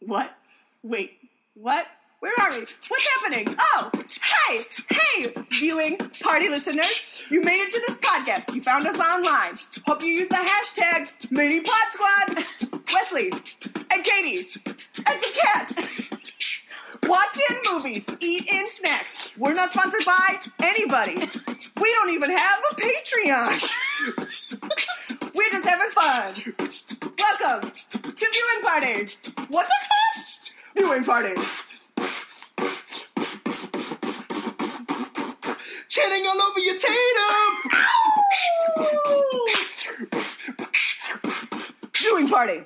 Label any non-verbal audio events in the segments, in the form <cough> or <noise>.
What? Wait, what? Where are we? What's happening? Oh, hey, hey, viewing party listeners. You made it to this podcast. You found us online. Hope you use the hashtag MiniPodSquad. Wesley and Katie and some cats. Watch in movies, eat in snacks. We're not sponsored by anybody. We don't even have a Patreon. We're just having fun. Welcome to viewing party. What's it called? Viewing party. Chanting all over your Tatum. Ow! viewing party.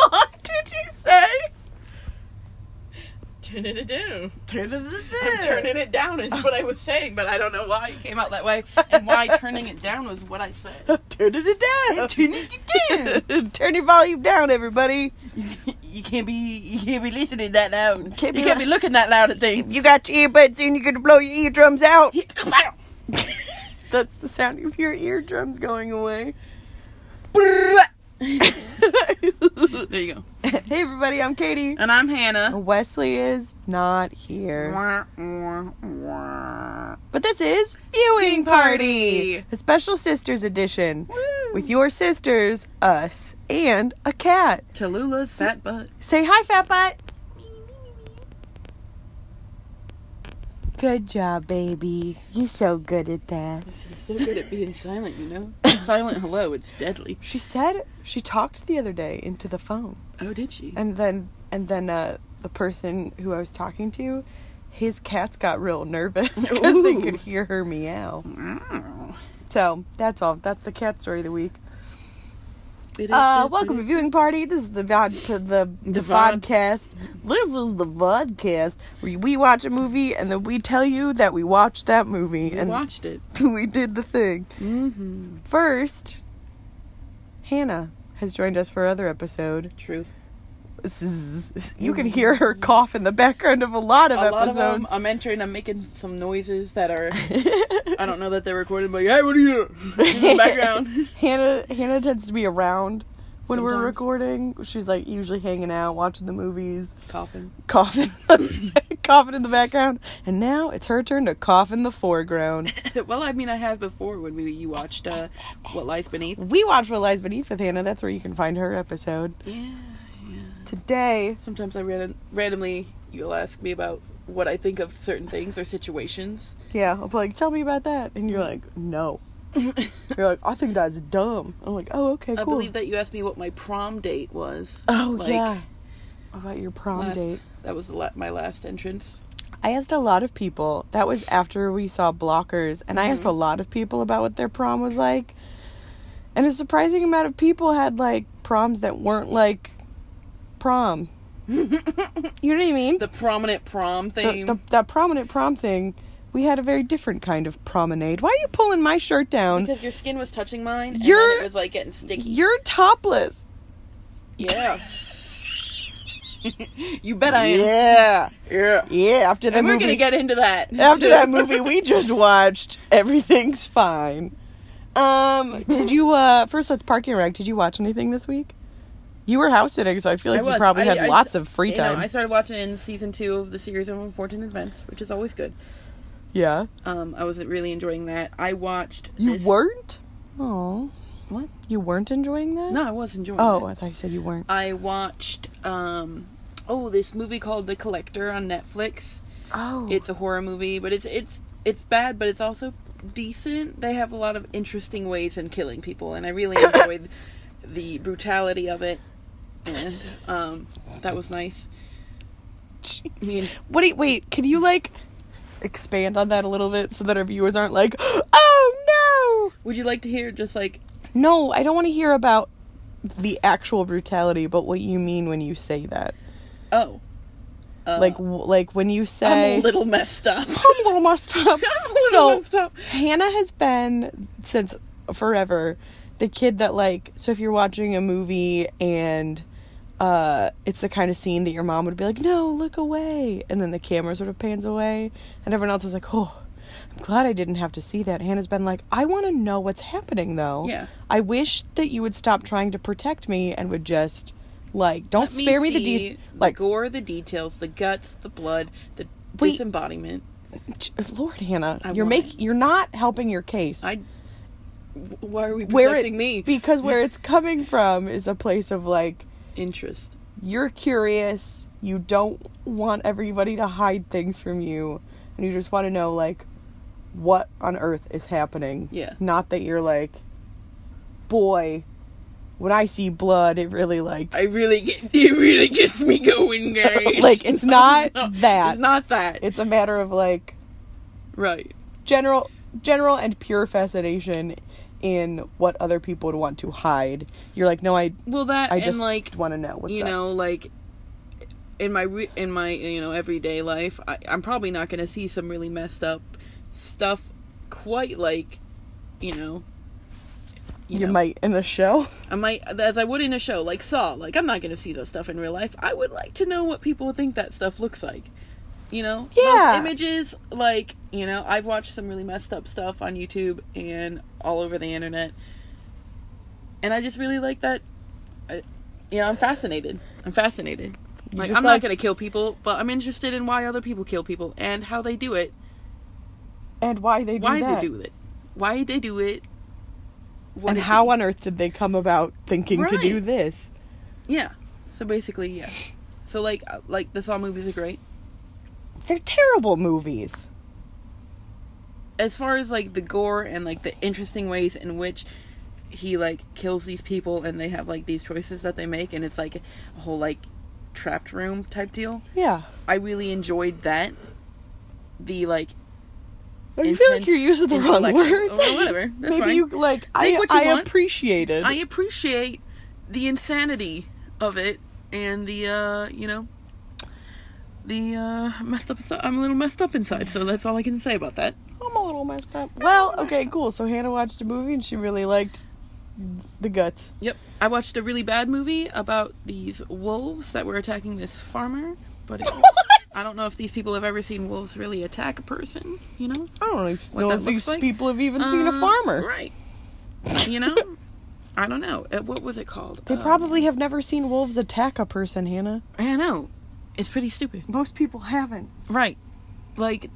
what did you say? Turning it down. I'm turning it down is what I was saying, but I don't know why it came out that way and why turning it down was what I said. <laughs> Turn it down. Turn it down. <laughs> Turn your volume down, everybody. <laughs> You can't be you can't be listening that loud. Can't be you can't li- be looking that loud at things. You got your earbuds in. You're gonna blow your eardrums out. Yeah, Come <laughs> on. <laughs> That's the sound of your eardrums going away. There you go. <laughs> hey, everybody. I'm Katie. And I'm Hannah. Um, Wesley is not here, Wah, wah, wah. but this is viewing party, party. a special sisters edition with With your sisters, us, and a cat. Tallulah's <laughs> fat butt. Say hi, fat butt. Good job, baby. You're so good at that. She's so good at being silent, you know? <laughs> silent hello, it's deadly. She said she talked the other day into the phone, Oh, did she? and then and then uh, the person who I was talking to, his cats got real nervous <laughs> because they Ooh. could hear her meow. Wow. So that's all. That's the cat story of the week. It is Uh, deadly. welcome to viewing party. This is the vod the the, the The vod. vodcast. This is the vodcast where we watch a movie and then we tell you that we watched that movie We and <laughs> watched it. we did the thing. Mm-hmm. First, Hannah has joined us for another episode. Truth. Zzz. You can hear her cough in the background of a lot of a lot of um, episodes. them. I'm entering. I'm making some noises that are. I don't know that they're recorded, but hey, what are you? In the <laughs> background. <laughs> Hannah Hannah tends to be around when we're Sometimes. recording. She's like usually hanging out, watching the movies. Coughing. coughing <laughs> coughing in the background and now it's her turn to cough in the foreground <laughs> well, I mean, I have before when we you watched uh, What Lies Beneath. we watch what lies beneath with hannah that's where you can find her episode Yeah. today Sometimes I ran- randomly you'll ask me about what I think of certain things or situations. yeah i'll be like tell me about that and you're like <laughs> no you're like i think that's dumb i'm like oh okay cool I believe that you asked me what my prom date was. oh like, yeah about your prom Last, date That was the la- my last entrance. i asked a lot of people that was after we saw blockers and i asked Mm-hmm. a lot of people about what their prom was like and a surprising amount of people had like proms that weren't like <laughs> prom you know what i mean The prominent prom the, thing. the, that prominent prom thing we had a very different kind of promenade why are you pulling my shirt down because your skin was touching mine, and You're- then it was like getting sticky. you're topless Yeah. <laughs> you bet I am. yeah Yeah. yeah after that And we're movie gonna get into that. <laughs> after that movie we just watched everything's fine um did you uh first let's park your rag did you watch anything this week you were house sitting so i feel like I you was. probably I- had I lots s- of free you know, time I started watching season two of the series of unfortunate events, which is always good. yeah Um, I was really enjoying that. I watched. you this- weren't oh What? you weren't enjoying that No, I was enjoying. oh it. i thought you said you weren't I watched. Um, oh, this movie called The Collector on Netflix. oh It's a horror movie, but it's it's it's bad, but it's also decent. They have a lot of interesting ways in killing people, and I <coughs> really enjoyed the brutality of it. And um, that was nice. I mean, <laughs> What do you, wait, can you like expand on that a little bit so that our viewers aren't like, <gasps> oh would you like to hear just like no? No, I don't want to hear about the actual brutality, but what you mean when you say that. oh, uh, Like, w- like when you say, I'm a little messed up. <laughs> I'm <laughs> a little messed up. I'm a little so, messed up. Hannah has been since forever the kid that like so if you're watching a movie and uh it's the kind of scene that your mom would be like, "No, look away." And then the camera sort of pans away and everyone else is like, "Oh, I'm glad I didn't have to see that." Hannah's been like, "I want to know what's happening though." Yeah. I wish that you would stop trying to protect me and would just Like, don't Let spare me the see de- like. gore, the details, the guts, the blood, the Wait. disembodiment. J- Lord, Hannah, I you're want make you're not helping your case. I. Why are we where protecting it, me? because where it's coming from is a place of like Interest. you're curious, you don't want everybody to hide things from you, and you just want to know like what on earth is happening. Yeah. Not that you're like, boy, when I see blood, it really like I really get. <laughs> It really gets me going, guys. <laughs> Like, it's not <laughs> No, that. It's not that. it's a matter of like right. general general and pure fascination in what other people would want to hide. You're like, no, I Well, that I and just like want to know what's you up. know like in my re- in my you know everyday life I, i'm probably not going to see some really messed up stuff quite like you know you, know, might in a show. <laughs> i might as i would in a show like saw like i'm not going to see those stuff in real life i would like to know what people think that stuff looks like you know Yeah. those images like you know i've watched some really messed up stuff on youtube and all over the internet and i just really like that I, you know i'm fascinated i'm fascinated like just i'm like- not gonna kill people but i'm interested in why other people kill people and how they do it And why they do why that. they do it why they do it what and it how be- on earth did they come about thinking to do Right. this? yeah so basically yeah so like uh, like the saw movies are great They're terrible movies. as far as like the gore and like the interesting ways in which he like kills these people and they have like these choices that they make and it's like a whole like trapped room type deal. Yeah. I really enjoyed that. The like I feel like Intense, you're using the wrong intellectual- word. Oh, well, <laughs> whatever. That's Maybe fine. you like. I Think what you I want. appreciate it. I appreciate the insanity of it and the uh you know the uh messed up stuff. I'm a little messed up inside, so that's all I can say about that. am a little messed up. Well, okay, cool. So Hannah watched a movie and she really liked the guts. Yep. I watched a really bad movie about these wolves that were attacking this farmer, <laughs> but it, I don't know if these people have ever seen wolves really attack a person, you know? I don't really know that if these looks like? people have even seen a Uh, farmer. Right. You know? <laughs> I don't know. Uh, What was it called? They Uh, probably have never seen wolves attack a person, Hannah. I know. It's pretty stupid. Most people haven't. Right. Like,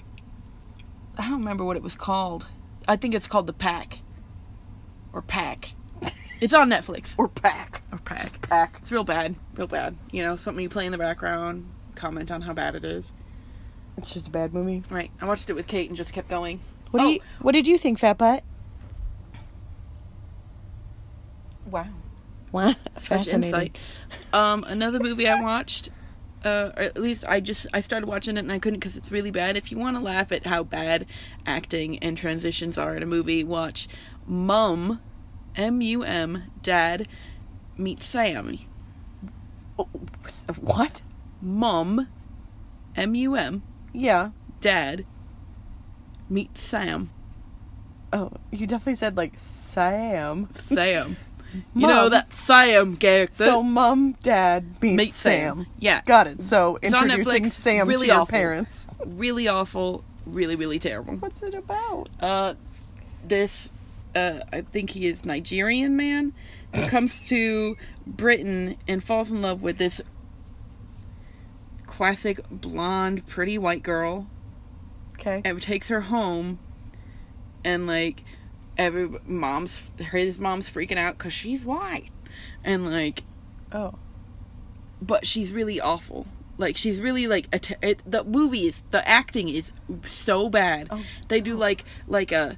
I don't remember what it was called. I think it's called The Pack. Or Pack. It's on Netflix. Or pack. Or Pack. Pack. It's real bad, real bad. You know, something you play in the background, comment on how bad it is. It's just a bad movie. Right. I watched it with Kate and just kept going. What Oh. do you What did you think, Fat Butt? Wow. Wow. Such Fascinating. insight. Um, another movie I watched, uh, or at least I just I started watching it and I couldn't because it's really bad. If you want to laugh at how bad acting and transitions are in a movie, watch Mum, M U M, Dad meets Sam. Oh, What? Mum, M U M, Yeah. Dad meets Sam. Oh, you definitely said like Sam. Sam. you Mum. know that Sam character. so mom, dad meets, Meet Sam. Sam. Yeah. Got it. So It's on introducing Netflix. Sam Really to your awful. parents. really awful, really really terrible. What's it about? uh, this uh, I think he is Nigerian man who comes to Britain and falls in love with this classic blonde, pretty white girl Okay. and takes her home and like every mom's his mom's freaking out because she's white and like Oh. but she's really awful. Like she's really like a te- it, the movie is the acting is so bad. Oh, they do like like a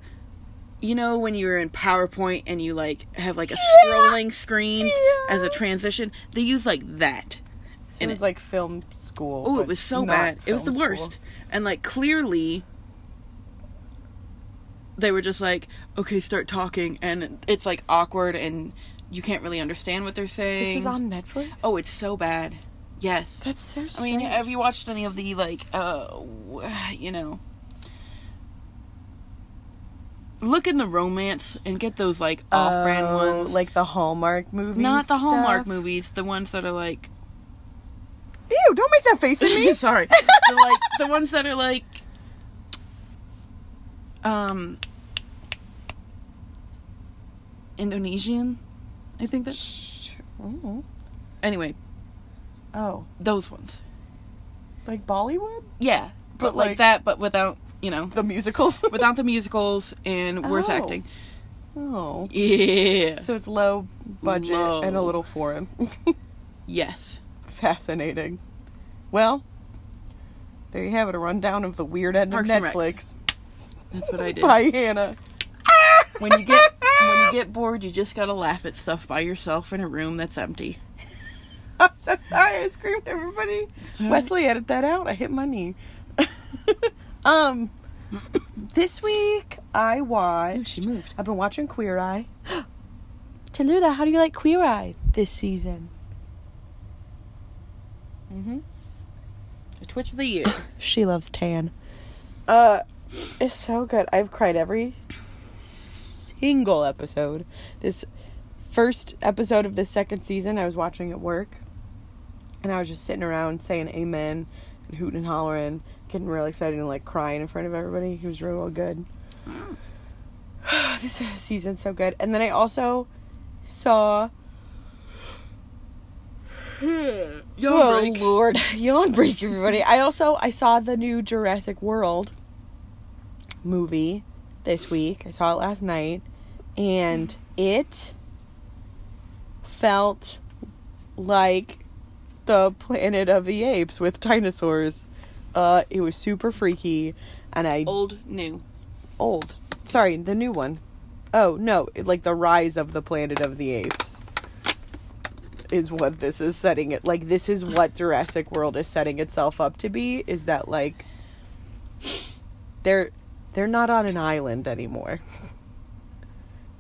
you know when you're in PowerPoint and you like have like a scrolling screen Yeah. as a transition, they use like that. So it and was it- like film school. Oh, but it was so not bad. It was the film worst. school. And like clearly they were just like, "Okay, start talking." And it's like awkward and you can't really understand what they're saying. This is on Netflix. Oh, it's so bad. Yes. that's so. I Strange. mean, have you watched any of the like, uh, w- you know, look in the romance and get those like off-brand Oh, ones, like the Hallmark movies. not the Hallmark stuff? movies, the ones that are like, Ew! Don't make that face at <laughs> me. sorry, the, like the ones that are like, um, Indonesian, I think that. Shh. Mm. Anyway, Oh, Those ones. like Bollywood? Yeah, but, But, like, like- that, but without you know, The musicals. without the musicals and worse Oh. acting. <laughs> oh. Yeah. So it's low budget Low. and a little foreign. <laughs> yes. Fascinating. Well, there you have it a rundown of the weird end Parks of and Rec. Netflix. That's what I did. Bye, Hannah. When <laughs> you get when you get bored, you just gotta laugh at stuff by yourself in a room that's empty. I'm so sorry. I screamed at everybody. So- Wesley, edit that out. I hit my knee. <laughs> um, this week I watched. she moved. I've been watching Queer <gasps> Eye. Tallulah, how do you like Queer Eye this season? Mm-hmm. The Twitch of <laughs> the year. She loves tan. Uh, it's so good. I've cried every single episode. This first episode of the second season, I was watching at work, and I was just sitting around saying amen and hooting and hollering, getting real excited and like crying in front of everybody. He was real, real good. <sighs> this season's so good. And then I also saw. <sighs> oh Lord, <laughs> yawn break, everybody. I also I saw the new Jurassic World movie this week. I saw it last night, and it felt like the Planet of the Apes with dinosaurs. Uh, it was super freaky, and I Old, new. old. Sorry, the new one. Oh no, it- like the rise of the Planet of the Apes is what this is setting it. Like this is what Jurassic World is setting itself up to be. Is that like they're they're not on an island anymore. <laughs>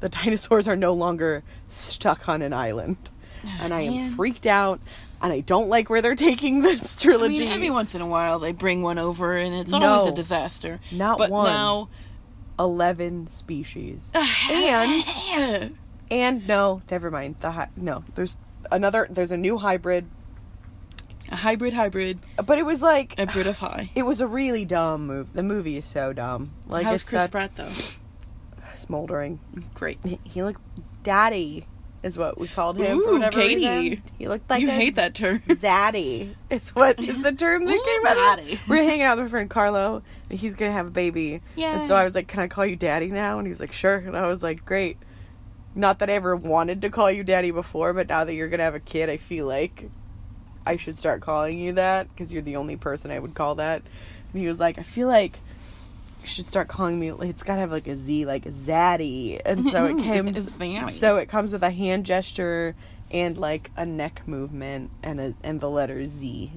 The dinosaurs are no longer stuck on an island, and I am Oh, Man. freaked out. And I don't like where they're taking this I trilogy. mean, every once in a while they bring one over, and it's No. always a disaster. Not but one. now, <coughs> Eleven species, and And no, never mind. The hi- no, there's another. There's a new hybrid, a hybrid, hybrid, but it was like a Brit of high. it was a really dumb movie. The movie is so dumb. Like How's it's Chris such- Pratt though? smoldering. Great. He, he looked daddy, is what we called him. for Ooh, whatever Katie. reason. He looked like you a hate <laughs> that term. daddy. It's what is the term that Ooh, came out. of it. daddy. We're hanging out with my friend Carlo. And he's gonna have a baby. And so Yay. I was like, "Can I call you daddy now?" And he was like, "Sure." And I was like, "Great." Not that I ever wanted to call you daddy before, but now that you're gonna have a kid, I feel like I should start calling you that because you're the only person I would call that. And he was like, "I feel like." You should start calling me. It's gotta have like a Z, like Zaddy, and so it came. Zaddy. so it comes with a hand gesture and like a neck movement and a and the letter Z.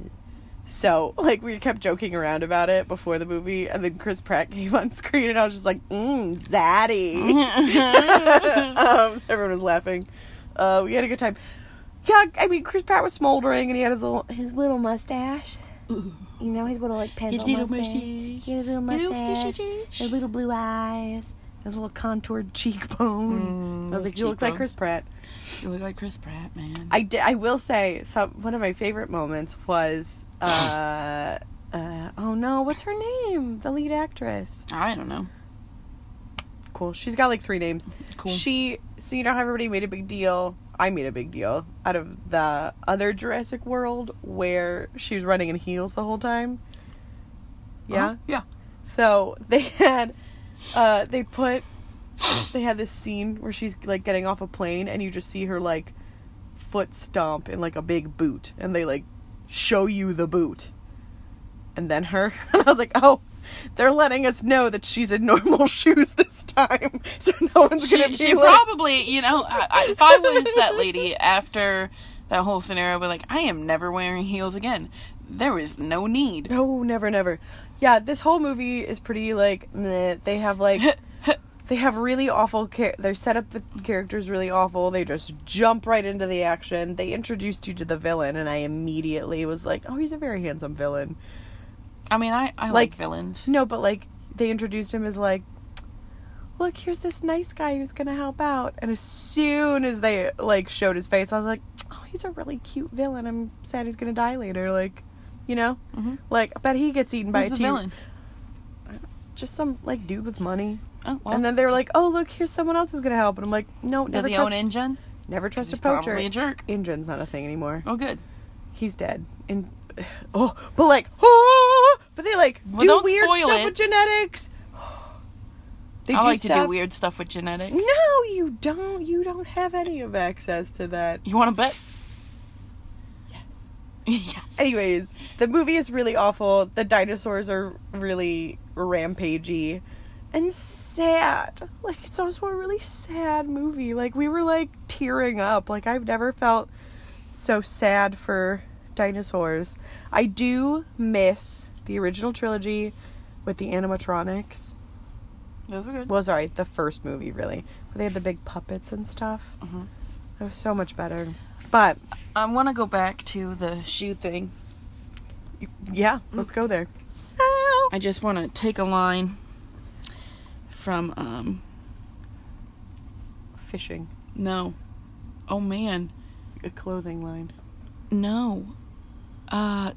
So like we kept joking around about it before the movie, and then Chris Pratt <laughs> came on screen, and I was just like, mm, "Zaddy." <laughs> um, so everyone was laughing. Uh, we had a good time. Yeah, I mean Chris Pratt was smoldering, and he had his little his little mustache. You know his little like pencil little mustache. mustache. He had a little Little mustache. mustache. His little blue eyes. His little contoured cheekbone. Mm, I was those like, you look like cheekbones. Chris Pratt. you look like Chris Pratt, man. I di- I will say some one of my favorite moments was uh, uh oh no what's her name the lead actress I don't know. cool she's got like three names Cool. she so you know how everybody made a big deal I made a big deal out of the other Jurassic World where she was running in heels the whole time yeah Uh-huh. Yeah. So they <laughs> had, uh, they put, they had this scene where she's like getting off a plane, and you just see her like foot stomp in like a big boot, and they like show you the boot, and then her, <laughs> and I was like, oh. They're letting us know that she's in normal <laughs> shoes this time, so no one's gonna She, be she like, probably, you know, I, I, if I was that lady after that whole scenario, I'd be like, I am never wearing heels again. There is no need. "No, never, never." Yeah, this whole movie is pretty like meh. they have <laughs> like they have really awful char- they set up the characters really awful they just jump right into the action they introduced you to the villain and i immediately was like oh he's a very handsome villain I mean, I, I like, Like- villains. no but like they introduced him as like look here's this nice guy who's gonna help out and as soon as they like showed his face i was like oh he's a really cute villain i'm sad he's gonna die later like you know Mhm. like i bet he gets eaten by Who's a the T- villain? just some like dude with money Oh, well, and then they were like oh look here's someone else who's gonna help and i'm like no does never he trust own Injun? Never trust a He's poacher. probably a jerk. Injun's not a thing anymore. Oh, good. he's dead. And <sighs> oh, but like, <sighs> oh, but they like Well, do don't weird spoil stuff it. with genetics. <sighs> They I like to stuff- do weird stuff with genetics. No, you don't. You don't have any of access to that. You want to bet? <laughs> Yes. yes. Anyways, the movie is really awful. The dinosaurs are really rampagey and sad. Like it's also a really sad movie. Like we were like tearing up. Like I've never felt so sad for dinosaurs. I do miss the original trilogy with the animatronics. Those were good. Well, sorry, the first movie really, where they had the big puppets and stuff. Mhm. It was so much better. But I want to go back to the shoe thing. yeah, let's go there. I just want to take a line from um Fishing. no. Oh man. a clothing line. No. Uh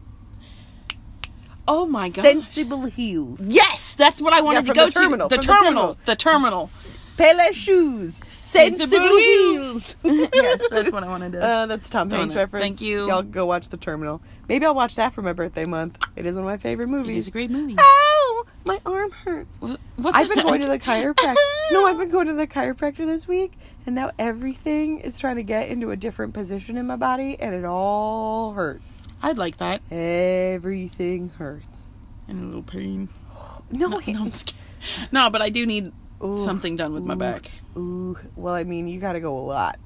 Oh my god. Sensible heels. yes, that's what I wanted from to go the terminal, to. The from the terminal. terminal. The terminal. Pele shoes. Sensible, heels. <laughs> yes, that's what I wanted to. <laughs> Uh, that's Tom Doing Hanks it. reference. Thank you. Y'all go watch The Terminal. Maybe I'll watch that for my birthday month. It is one of my favorite it is movies. a great movie. Ow! My arm hurts. What- what I've the been going to the heck? chiropractor. No, I've been going to the chiropractor this week, and now everything is trying to get into a different position in my body, and it all hurts. I'd like that. Everything hurts. And a little pain. <laughs> No, No, he- no, I'm just kidding. No, but I do need Ooh, something done with my ooh, back. <laughs> Ooh, well, I mean, you got to go a lot.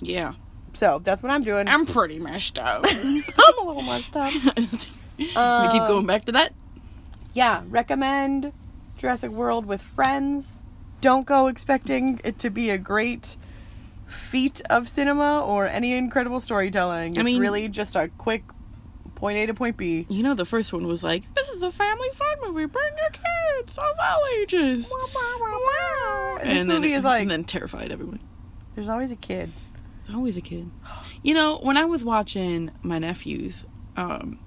Yeah. So that's what I'm doing. I'm pretty <laughs> messed up. I'm a little mushed up. we keep Um, going back to that. Yeah, recommend Jurassic World with friends. Don't go expecting it to be a great feat of cinema or any incredible storytelling. It's I mean- really just a quick point A to point B. You know, the first one was like, "This is a family fun movie. Bring your kids of all ages." And this then movie it- is like, and then terrified everyone. there's always a kid. It's always a kid. You know, when I was watching my nephews, um,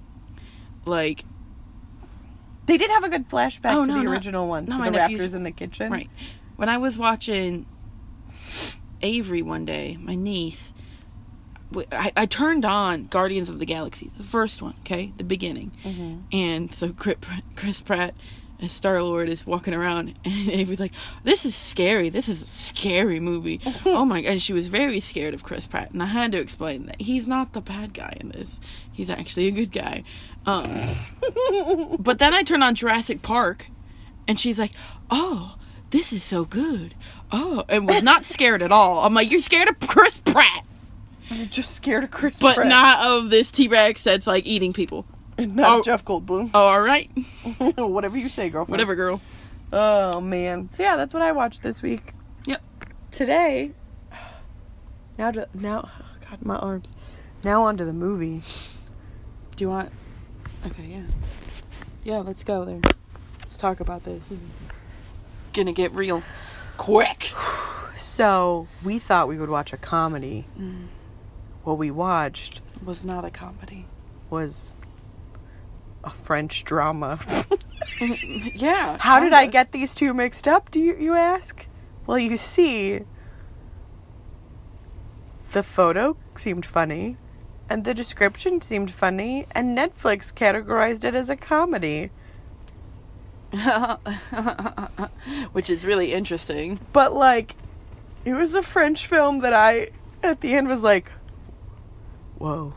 like They did have a good flashback Oh, to no, the no. original one, No, to my the nephew's- raptors in the kitchen. Right. When I was watching Avery one day, my niece, w- I, I turned on Guardians of the Galaxy, the first one, okay, the beginning. And so Chris, Chris Pratt as Star Lord is walking around, <laughs> and Avery's like, "This is scary. This is a scary movie. oh my!" And she was very scared of Chris Pratt, and I had to explain that he's not the bad guy in this. He's actually a good guy. Um, but then I turned on Jurassic Park, and she's like, "Oh, this is so good." Oh, and was not scared at all. I'm like, "You're scared of Chris Pratt, You're just scared of Chris but Pratt not of this T Rex that's like eating people." and <laughs> not oh. Jeff Goldblum. <laughs> Oh, all right, Whatever you say, girlfriend. whatever, girl. Oh man. So yeah, that's what I watched this week. Yep. Today. Now to now oh god, my arms. Now on to the movie. Do you want? Okay, yeah, yeah. Let's go there. Let's talk about this. This is gonna get real quick. So we thought we would watch a comedy. What we watched It was not a comedy. was a French drama. Yeah. How did I kinda. get these two mixed up, do you, you ask? Well, you see, the photo seemed funny, and the description seemed funny, and Netflix categorized it as a comedy. <laughs> Which is really interesting. But, like, it was a French film that I, at the end, was like, whoa,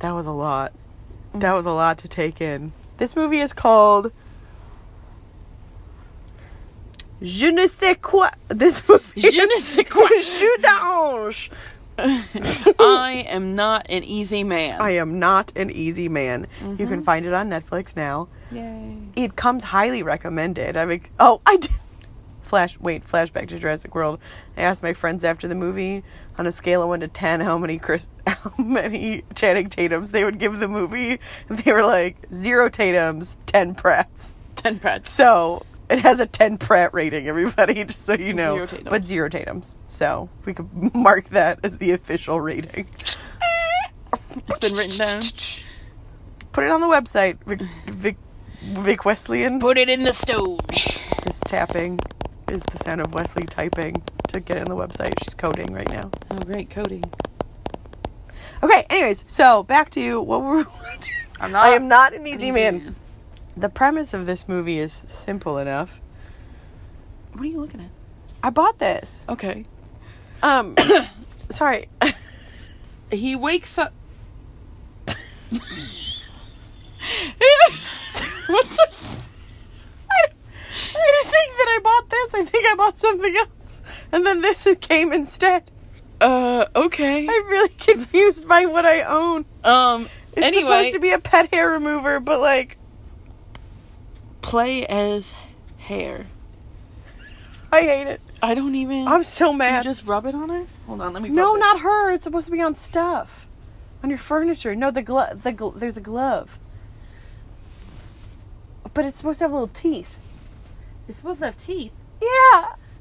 that was a lot. Mm. That was a lot to take in. This movie is called. Je ne sais quoi. This movie. Je ne sais <laughs> quoi. Shoot the ange. <laughs> I am not an easy man. I am not an easy man. You Mm-hmm. can find it on Netflix now. Yay. It comes highly recommended. I mean, oh, I did. Flash. Wait, flashback to Jurassic World. I asked my friends after the movie on a scale of one to ten how many Chris, <laughs> how many Channing Tatum's they would give the movie, and they were like zero Tatum's, ten Pratts. 10 Pratts. So it has a 10 Pratt rating, everybody, <laughs> just so you know. Zero Tatums. But zero Tatums. So we could <laughs> mark that as the official <laughs> rating. It's been written down. Put it on the website. Vic, Vic, Vic Wesleyan. Put it in the stove. This tapping is the sound of Wesley typing to get it on the website. She's coding right now. Oh, great, Cody. Okay, anyways, so back to what we're <laughs> watching. I'm I am not an easy, easy man. The premise of this movie is simple enough. What are you looking at? I bought this. Okay. <coughs> Um, sorry. <laughs> He wakes up. what the? F- I, don't- I don't think that I bought this. I think I bought something else, and then this <laughs> came instead. <laughs> Uh, okay. I'm really <laughs> confused by what I own. Um, It's anyway, supposed to be a pet hair remover, but like, play as hair. I hate it. I don't even. I'm so Do you mad. just rub it on her? Hold on, let me. no, rub this. not her. It's supposed to be on stuff, on your furniture. No, the glove. The gl- there's a glove, but it's supposed to have little teeth. It's supposed to have teeth. Yeah.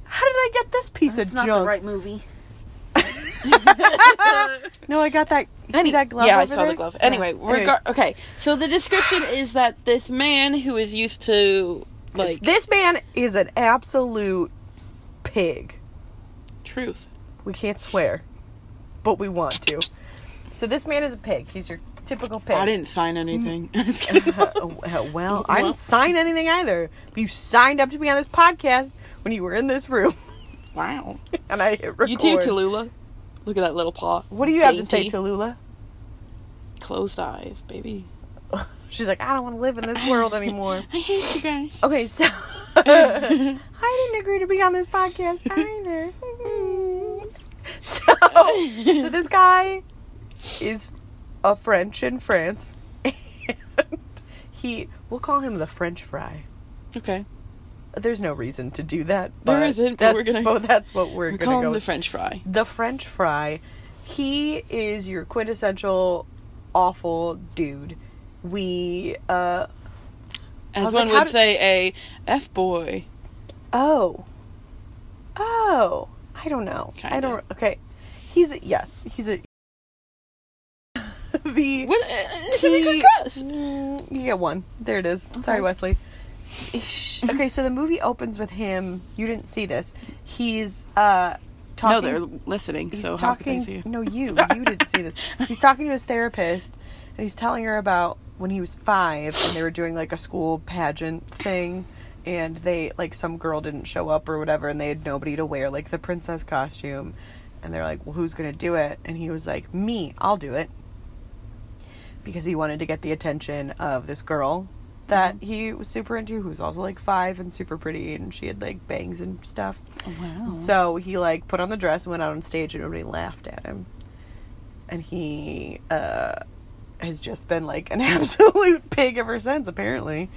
How did I get this piece It's of not junk? the right movie. No, I got that. You see that glove? yeah, I over saw there? the glove. Anyway, Yeah. Anyway, regar- okay. So the description is that this man who is used to like this man is an absolute pig. truth. We can't swear, but we want to. So this man is a pig. He's your typical pig. I didn't Mm. sign anything. <laughs> <laughs> Uh, uh, well, I Well. didn't sign anything either. But you signed up to be on this podcast when you were in this room, <laughs> wow. and I hit record. You too, Tallulah. Look at that little paw. What do you have to say, Dainty. Tallulah? <laughs> Closed eyes, baby. She's like, I don't want to live in this world <laughs> anymore. I hate you guys. Okay, so <laughs> I didn't agree to be on this podcast either. <laughs> so, so this guy is a French in France, <laughs> and he we'll call him the French fry. <laughs> Okay. There's no reason to do that. There <laughs> but isn't, but That's, we're gonna- well, that's what we're We gonna call go. him the with. French fry. the French fry. He is your quintessential awful dude. We uh I As was one like, how would did- say, a F boy. Oh. Oh. I don't know. I Kinda. don't. Okay. He's a, yes. He's a. <laughs> the. What? It's a he- good guess. Mm, you get one. There it is. Sorry, Okay. Wesley. Ish. okay, so the movie opens with him. You didn't see this. He's uh talking. No, they're listening. He's so how could talking. they see you? No, you. <laughs> You didn't see this. He's talking to his therapist, and he's telling her about when he was five, and they were doing like a school pageant thing, and they like some girl didn't show up or whatever, and they had nobody to wear like the princess costume, and they're like, "Well, who's gonna do it?" And he was like, "Me, I'll do it," because he wanted to get the attention of this girl that Mm-hmm. he was super into, who's also like five and super pretty, and she had like bangs and stuff. Wow. So he like put on the dress and went out on stage and everybody laughed at him. And he uh has just been like an <laughs> absolute pig ever since apparently.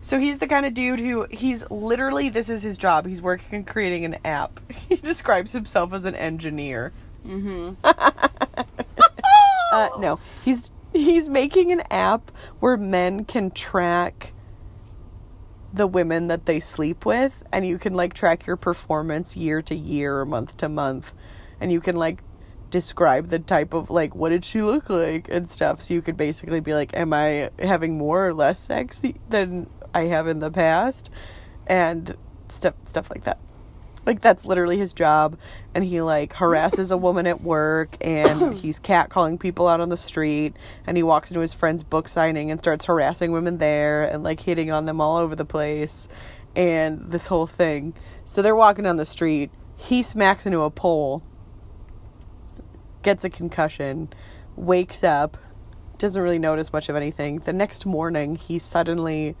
So he's the kind of dude who he's literally this is his job. He's working on creating an app. <laughs> He describes himself as an engineer. Mm-hmm. <laughs> Uh no. He's he's making an app where men can track the women that they sleep with and you can like track your performance year to year or month to month and you can like describe the type of like what did she look like and stuff so you could basically be like am i having more or less sex than i have in the past and stuff stuff like that like that's literally his job and he like harasses a woman at work and he's catcalling people out on the street and he walks into his friend's book signing and starts harassing women there and like hitting on them all over the place and this whole thing. So they're walking down the street, he smacks into a pole, gets a concussion, wakes up, doesn't really notice much of anything. The next morning, he suddenly,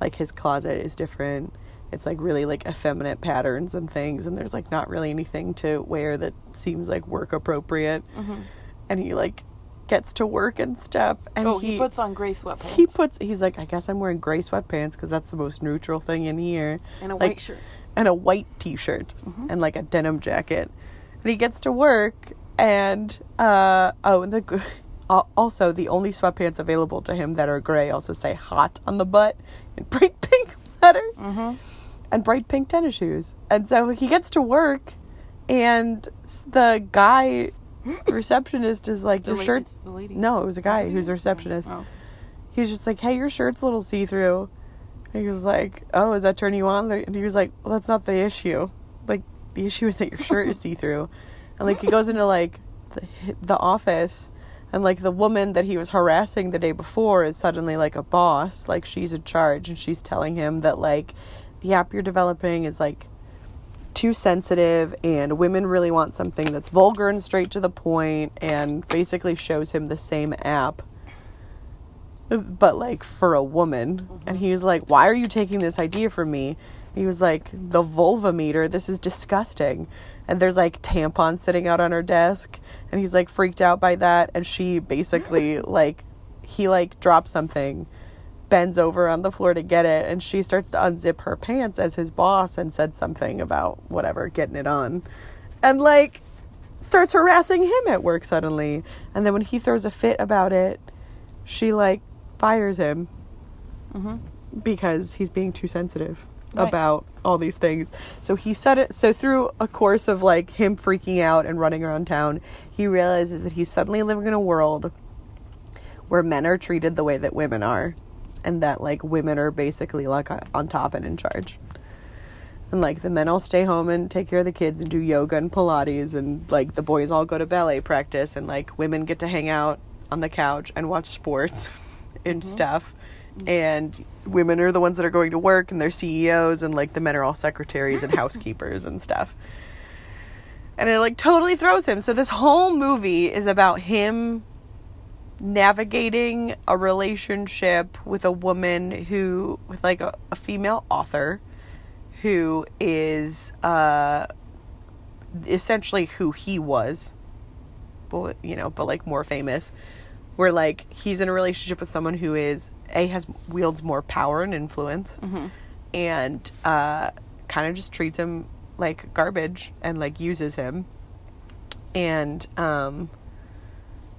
like, his closet is different. It's like really like effeminate patterns and things, and there's like not really anything to wear that seems like work appropriate. Mm-hmm. And he like gets to work and stuff. And Oh, he, puts on gray sweatpants he puts he's like I guess I'm wearing gray sweatpants because that's the most neutral thing in here and a like, white shirt. Mm-hmm. and a white t-shirt and like a denim jacket and he gets to work and uh oh and the <laughs> al- also the only sweatpants available to him that are gray also say hot on the butt in <laughs> bright pink letters Mm-hmm. and bright pink tennis shoes and so he gets to work and s- the <laughs> guy receptionist is like The your lady- shirt the lady? no it was a guy who's a receptionist Oh. he's just like, "Hey, your shirt's a little see-through." And he was like, "Oh, is that turning you on?" And he was like, "Well, that's not the issue. Like, the issue is that your shirt is see-through." And like, he goes into like the, the office, And like the woman that he was harassing the day before is suddenly like a boss, like she's in charge and she's telling him that like the app you're developing is like too sensitive and women really want something that's vulgar and straight to the point and basically shows him the same app but like for a woman and he was like why are you taking this idea from me he was like the vulva meter this is disgusting and there's like tampons sitting out on her desk and he's like freaked out by that and she basically like he like drops something bends over on the floor to get it and she starts to unzip her pants as his boss and said something about whatever getting it on and like starts harassing him at work suddenly and then when he throws a fit about it she like fires him because he's being too sensitive Right. about all these things so he said it so through a course of like him freaking out and running around town he realizes that he's suddenly living in a world where men are treated the way that women are and that like women are basically like on- on top and in charge and like the men all stay home and take care of the kids and do yoga and pilates and like the boys all go to ballet practice and like women get to hang out on the couch and watch sports and stuff and women are the ones that are going to work and they're CEOs and like the men are all secretaries and housekeepers and stuff and it like totally throws him. So this whole movie is about him navigating a relationship with a woman who with like a, a female author who is uh essentially who he was but you know but like more famous where like he's in a relationship with someone who is a has wields more power and influence and uh kind of just treats him like garbage and like uses him and um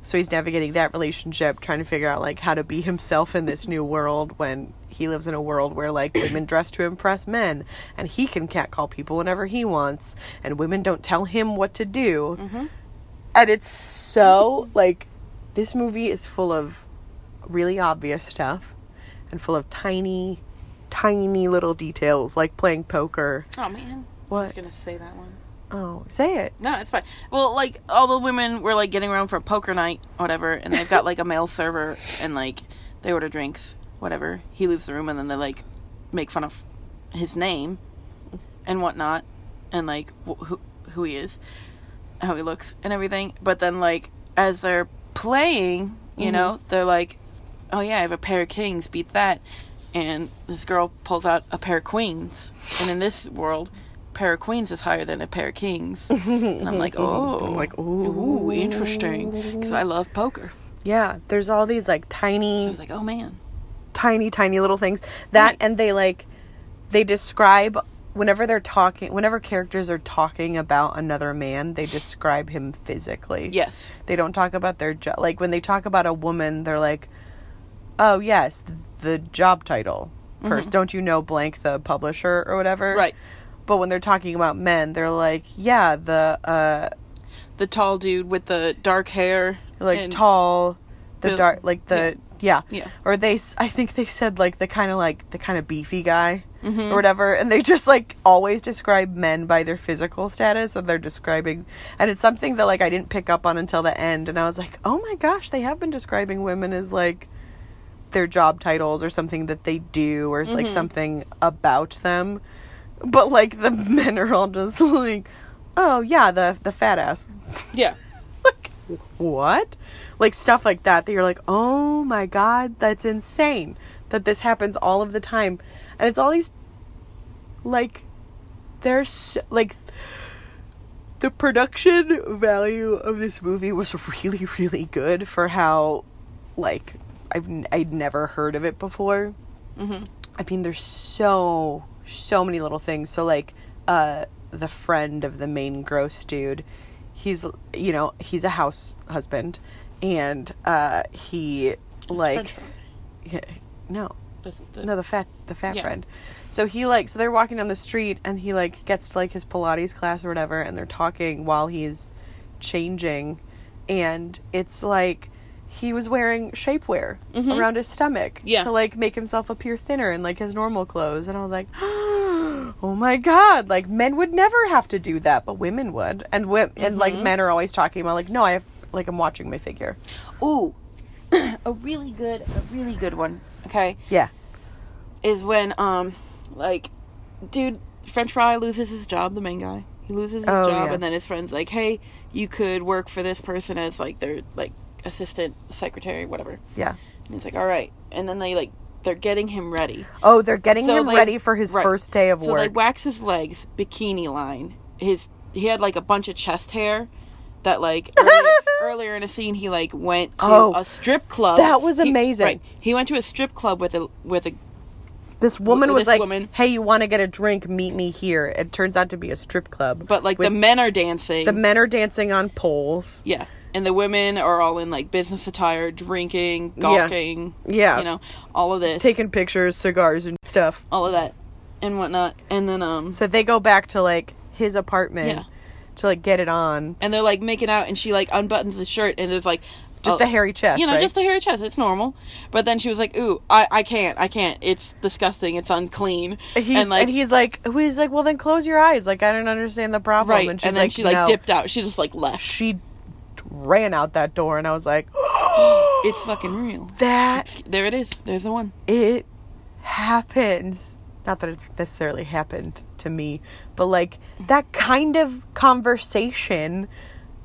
so he's navigating that relationship trying to figure out like how to be himself in this new world when he lives in a world where like women dress to impress men and he can catcall people whenever he wants and women don't tell him what to do and it's so like this movie is full of really obvious stuff and full of tiny tiny little details like playing poker Oh man. I was what gonna say that one. oh say it No, it's fine. Well, like all the women were like getting around for poker night, whatever, and they've got like a male server, and like they order drinks, whatever. He leaves the room, and then they like make fun of his name and whatnot, and like wh- who who he is, how he looks, and everything. But then like as they're playing, you Mm-hmm. know, they're like, oh yeah, I have a pair of kings, beat that, and this girl pulls out a pair of queens, and in this world. Pair of queens is higher than a pair <laughs> of kings, and I'm like, oh, I'm like, Ooh, ooh. interesting. Because I love poker. yeah there's all these like I tiny was like, oh man. tiny tiny little things that Right. and they like they describe whenever they're talking whenever characters are talking about another man they describe him physically Yes. they don't talk about their job like when they talk about a woman they're like oh yes the job title per- don't you know blank the publisher or whatever Mm-hmm. Right. but when they're talking about men they're like yeah the uh The tall dude with the dark hair. like and- tall, the Bill- dark, like the yeah. Yeah. Or they, s- I think they said like the kind of like the kind of beefy guy Mm-hmm. or whatever, and they just like always describe men by their physical status, and they're describing, and it's something that like I didn't pick up on until the end, and I was like, oh my gosh, they have been describing women as like their job titles or something that they do or Mm-hmm. like something about them. But like the <laughs> men are all just like, oh yeah, the the fat ass Yeah. like <laughs> what like stuff like that that you're like oh my god that's insane that this happens all of the time and it's all these like there's so, like the production value of this movie was really really good for how like i've n- i'd never heard of it before I mean, there's so so many little things. So like, uh, the friend of the main gross dude, he's you know he's a house husband, and uh, he like French fry. no That's the- no the fat the fat Yeah. friend. So he like so they're walking down the street and he like gets to like his Pilates class or whatever, and they're talking while he's changing, and it's like. He was wearing shapewear around his stomach Mm-hmm. Yeah. to like make himself appear thinner in like his normal clothes and i was like <gasps> oh my god Mm-hmm. like men would never have to do that but women would and wi- and like men are always talking about like no i have like I'm watching my figure. Ooh, <coughs> a really good, a really good one. Okay, Yeah. is when um, like, dude, French Fry loses his job. The main guy, he loses his Oh, job, yeah. and then his friends like, hey, you could work for this person as like their like assistant secretary, whatever. Yeah. And he's like, all right, and then they like they're getting him ready. Oh, they're getting So, him like- ready for his right. first day of So work. they wax his legs, bikini line. His he had like a bunch of chest hair that like <laughs> earlier, earlier in a scene he like went to Oh, a strip club. that was He- amazing. right. He went to a strip club with a with a this woman w- was this like, woman- "Hey, you want to get a drink? Meet me here." It turns out to be a strip club. but like with- the men are dancing. the men are dancing on poles. yeah. And the women are all in like business attire, drinking, Yeah. gawking. Yeah. You know, all of this. taking pictures, cigars, and stuff. all of that and whatnot. And then um So they go back to like his apartment Yeah. to like get it on. and they're like making out and she like unbuttons the shirt and there's like Just a- a hairy chest, <laughs> Oh. you know right? just a hairy chest it's normal but then she was like ooh i, I can't i can't it's disgusting it's unclean he's, and and, like he's like, he's like, well then close your eyes. Like I don't understand the problem. right and, she's then she like "No." dipped out she just like left She ran out that door, and I was like, <gasps> it's fucking real that there it is there's the one it happens. Not that it's necessarily happened to me, but like that kind of conversation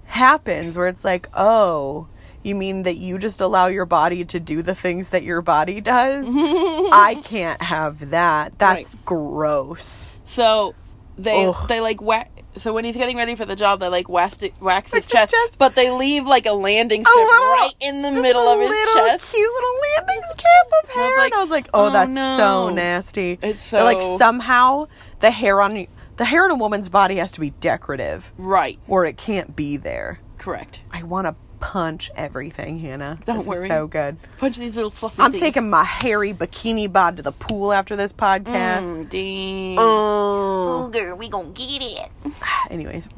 happens where it's like, oh, you mean that you just allow your body to do the things that your body does? I can't have that. That's gross. so they Ugh. they like whack so when he's getting ready for the job, they like wax, it, Wax wax his his chest, chest. but they leave like a landing strip little- right in the middle Just of a his little chest. Cute little landing strip of I was hair. like, and I was like, oh, oh, that's so no. nasty. It's They're like so- somehow the hair on the hair on a woman's body has to be decorative. Right, or it can't be there. correct. I want to punch everything, Hannah. Don't This is worry. so good. Punch these little fluffy. I'm things. taking my hairy bikini bod to the pool after this podcast. Mm, dang. Oh. Booger, we gonna get it. <sighs> Anyways,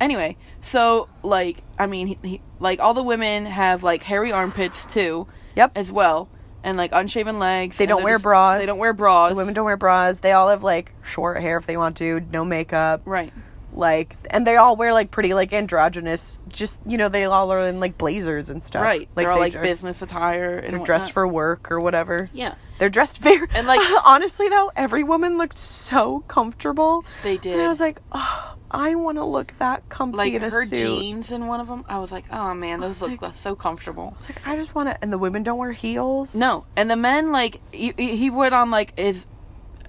anyway, so like I mean, he, he, like all the women have like hairy armpits too. Yep. As well, and like unshaven legs. They and don't they're wear bras. They don't wear bras. the women don't wear bras. They all have like short hair if they want to, no makeup. Right. Like, and they all wear like pretty like androgynous. Just you know, they all are in like blazers and stuff. Right. they're all they like are- business attire and They're whatnot. dressed for work or whatever. Yeah. They're dressed very <laughs> And, like- <laughs> honestly though, every woman looked so comfortable. They And I did. was like, oh, I want to look that comfy Like in a her suit. jeans in one of them, I was like, oh man, those look so comfortable. I was like, I just want to. And the women don't wear heels. No, and the men like he, he he would on like his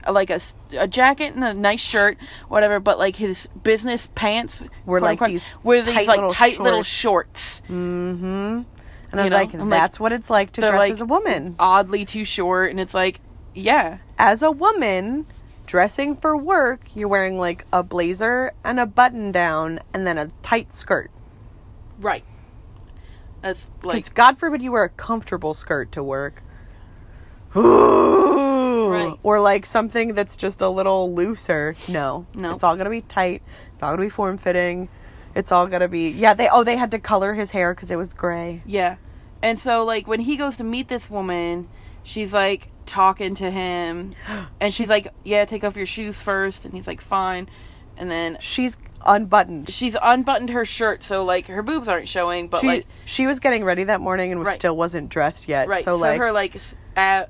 like a, s- a jacket and a nice shirt, whatever. But like his business pants Were, quote, like, unquote, these were tight these like little Mm-hmm. tight little shorts, And I you was know, like, I'm like, that's what it's like to they're dress like- as a woman. oddly too short, and it's like, yeah, As a woman, dressing for work, you're wearing like a blazer and a button down and then a tight skirt. right. That's like Because God forbid you wear a comfortable skirt to <sighs> work. Right. Or like something that's just a little looser. No. No. It's all gonna be tight. It's all gonna be form fitting. It's all gonna be yeah. They oh they had to color his hair because it was gray. Yeah. And so like when he goes to meet this woman, she's like talking <gasps> to him and she's like, "Yeah, take off your shoes first. And he's like, "Fine." And then She's unbuttoned. she's unbuttoned her shirt so like her boobs aren't showing, but She like she was getting ready that morning and was Right. still wasn't dressed yet. right. So, So, like her like s- ab-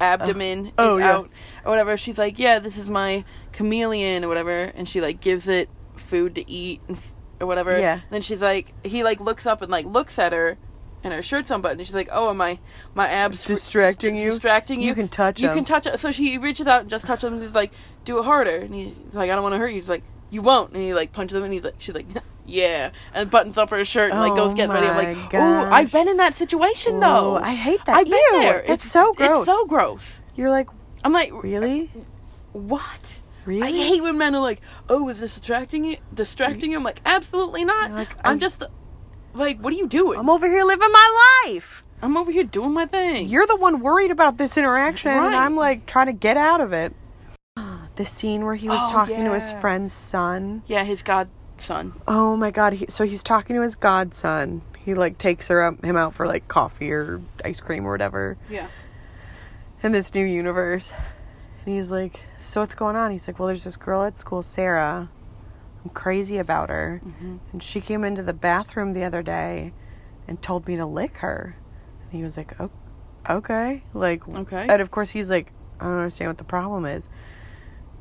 abdomen is Oh, yeah. out or whatever. She's like, "Yeah, this is my chameleon or whatever." And she like gives it food to eat and f- or whatever. Yeah. Then she's like he like looks up and like looks at her and her shirt's unbuttoned. And she's like, "Oh, am I my abs fr- Distracting it's you? Distracting you? You can touch You 'em." can touch it." So she reaches out and just touches him. And he's like, "Do it harder." And he's like, "I don't want to hurt you." He's like, "You won't." And he like punches him and he's like, "She's like." <laughs> Yeah, and buttons up her shirt and like goes Oh get ready. I'm my like, oh, gosh. I've been in that situation though. Ooh, I hate that. I've been Ew, there. that's so It's gross. so gross. you're like I'm like, really what? really. I hate when men are like, oh, is this distracting you? Distracting you? I'm like, absolutely not. You're like, I'm, I'm- just like, what are you doing? I'm over here living my life. I'm over here doing my thing. You're the one worried about this interaction, Right. and I'm like trying to get out of <gasps> it. The scene where he was Oh, talking to his yeah. friend's son. yeah, his godson. Oh my god! He, so he's talking to his godson. He like takes her up, him out for like coffee or ice cream or whatever Yeah. in this new universe. And he's like, "So what's going on?" He's like, "Well, there's this girl at school, Sarah. I'm crazy about her. Mm-hmm. And she came into the bathroom the other day and told me to lick her. And he was like, oh, okay. Like, Okay. And of course, he's like, I don't understand what the problem is.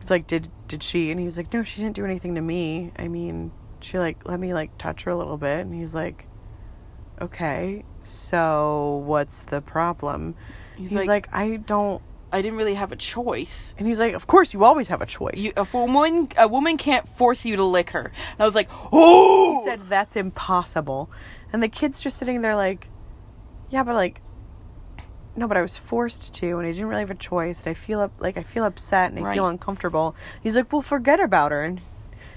It's like, did did she? And he was like, no, she didn't do anything to me. I mean, she like let me like touch her a little bit, and he's like, okay, so what's the problem? He's, He's like, like- I don't. I didn't really have a choice. And he's like, of course, you always have a choice. You, a woman, a woman can't force you to lick her. And I was like, <gasps> oh. He said that's impossible, and the kid's just sitting there like, yeah, but like. No, but I was forced to, and I didn't really have a choice. And I feel up, like I feel upset, and I feel Right. uncomfortable. He's like, "Well, forget about her." And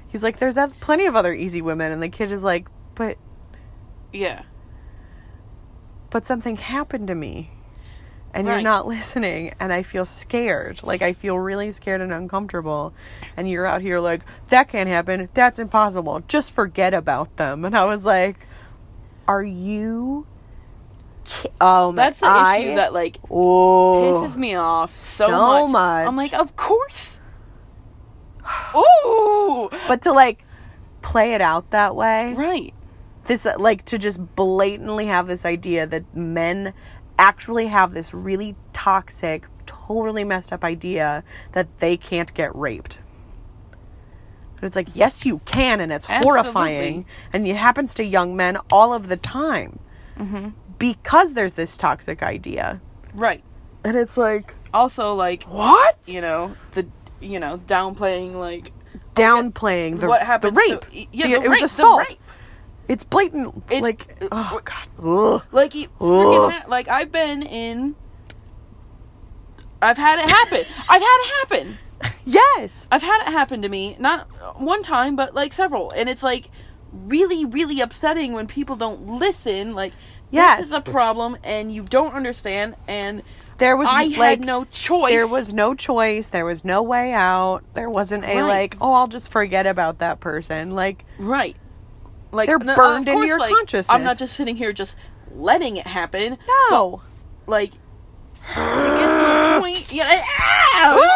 he's like, "There's that plenty of other easy women." And the kid is like, "But yeah. but something happened to me and you're Right. not <laughs> listening and i feel scared like i feel really scared and uncomfortable and you're out here like that can't happen that's impossible just forget about them <laughs> and i was like are you ki- oh my That's the I, issue that like oh pisses me off so, So much. much. I'm like, of course. <sighs> Ooh, but to like play it out that way right. this uh, like to just blatantly have this idea that men actually have this really toxic totally messed up idea that they can't get raped but it's like yes you can and it's horrifying Absolutely. and it happens to young men all of the time Mm-hmm. because there's this toxic idea Right. and it's like Also, like, what you know, the you know downplaying like downplaying the, what the happens to- rape The- yeah, the it was rape, the assault rape. it's blatant It's- uh, like oh god Ugh. like he Ugh. freaking ha- like I've been in. I've had <laughs> it happen. I've had it happen. yes I've had it happen to me, not one time, but like several. And it's like really, really upsetting when people don't listen. Like, Yes. this is a problem and you don't understand. And There was I like, had no choice. There was no choice. There was no way out. There wasn't a Right. like, oh, I'll just forget about that person. Like, Right. Like, They're no, uh, of burned into course, your like, consciousness. I'm not just sitting here just letting it happen. no. But, like, it gets to a point. Yeah. <gasps> Ow!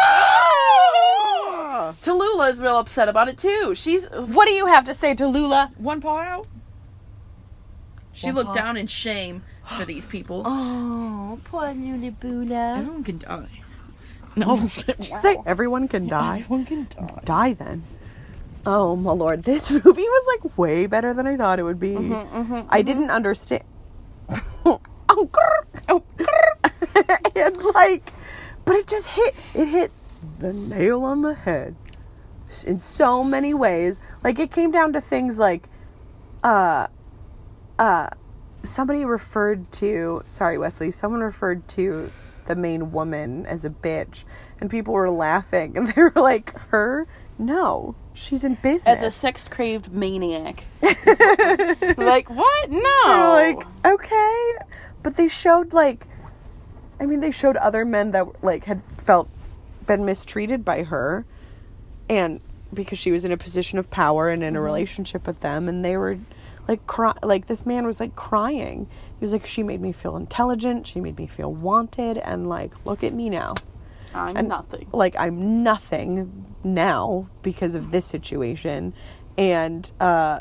Tallulah's real upset about it too. She's What do you have to say to Lula? one paw out. She One looked paw. down in shame for these people. <gasps> Oh, poor Lula Bula. Everyone can <laughs> die. No, I'm just kidding. Say, everyone can die. Everyone can die. Die then. Oh my lord, this <laughs> movie was like way better than I thought it would be. Mm-hmm, I didn't understand. oh, grr. oh, grr. and like, but it just hit. It hit the nail on the head s- in so many ways. Like it came down to things like, uh, uh, somebody referred to. Sorry, Wesley. Someone referred to the main woman as a bitch, and people were laughing, <laughs> and they were like, "Her? No, she's in business." As a sex <laughs> craved maniac. like, what? No. You're like, okay. But they showed like I mean they showed other men that like had felt been mistreated by her and because she was in a position of power and in a relationship with them and they were like cry- like this man was like crying. He was like she made me feel intelligent, she made me feel wanted and like look at me now I'm and <laughs> nothing. Like I'm nothing now because of this situation, and uh,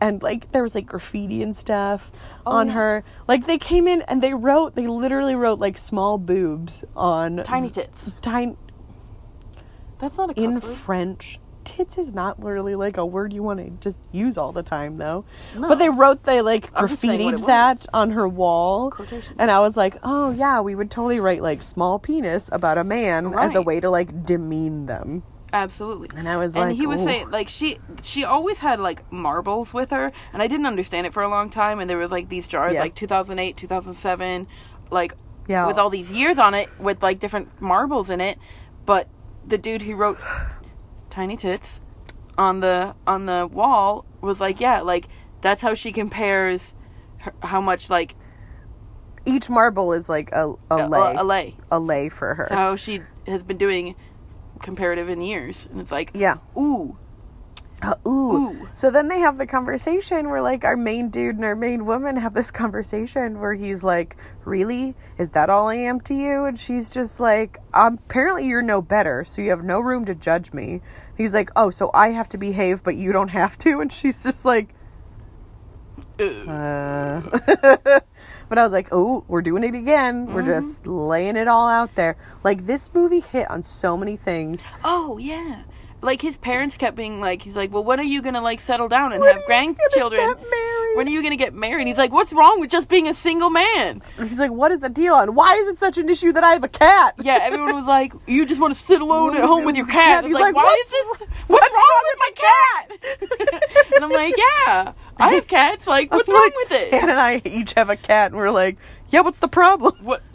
and like there was like graffiti and stuff Oh, on her. Like they came in and they wrote, they literally wrote like small boobs on Tiny tits. tiny That's not a cuss in word. French. Tits is not literally like a word you want to just use all the time though. But they wrote they like I'm just saying what it graffitied was. that on her wall. Quotations. And I was like, "Oh yeah, we would totally write like small penis about a man as a Right. way to like demean them." Absolutely. And I was and like, he was "Ooh." saying like she she always had like marbles with her, and I didn't understand it for a long time. And there was like these jars Yeah. like 2008, 2007, like Yeah. with all these years on it with like different marbles in it. But the dude who wrote tiny tits on the on the wall was like, yeah, like that's how she compares her, how much like Each marble is like a a a, lay, a lay Oh, a lay for her. how she has been doing comparative in years, and it's like yeah. ooh, Uh, ooh. Ooh. So then they have the conversation where, like, our main dude and our main woman have this conversation where he's like, Really? Is that all I am to you? And she's just like, um, Apparently you're no better, so you have no room to judge me. He's like, Oh, so I have to behave, but you don't have to? <laughs> And she's just like, uh. but I was like, oh, we're doing it again. Mm-hmm. We're just laying it all out there. Like this movie hit on so many things. Oh yeah. Like his parents kept being like, he's like, well, when are you gonna like settle down and When have are you gonna grandchildren? get married? When are you gonna get married? He's like, what's wrong with just being a single man? And He's like, what is the deal? And why is it such an issue that I have a cat? Yeah, everyone was like, you just want to sit alone at home with your cat. He's It's like, like, why what's is this? What's, wrong with my cat? and I'm like, yeah, I have cats. Like, what's wrong Like, with it? Anne and I each have a cat, and we're like, yeah, what's the problem? What? <laughs>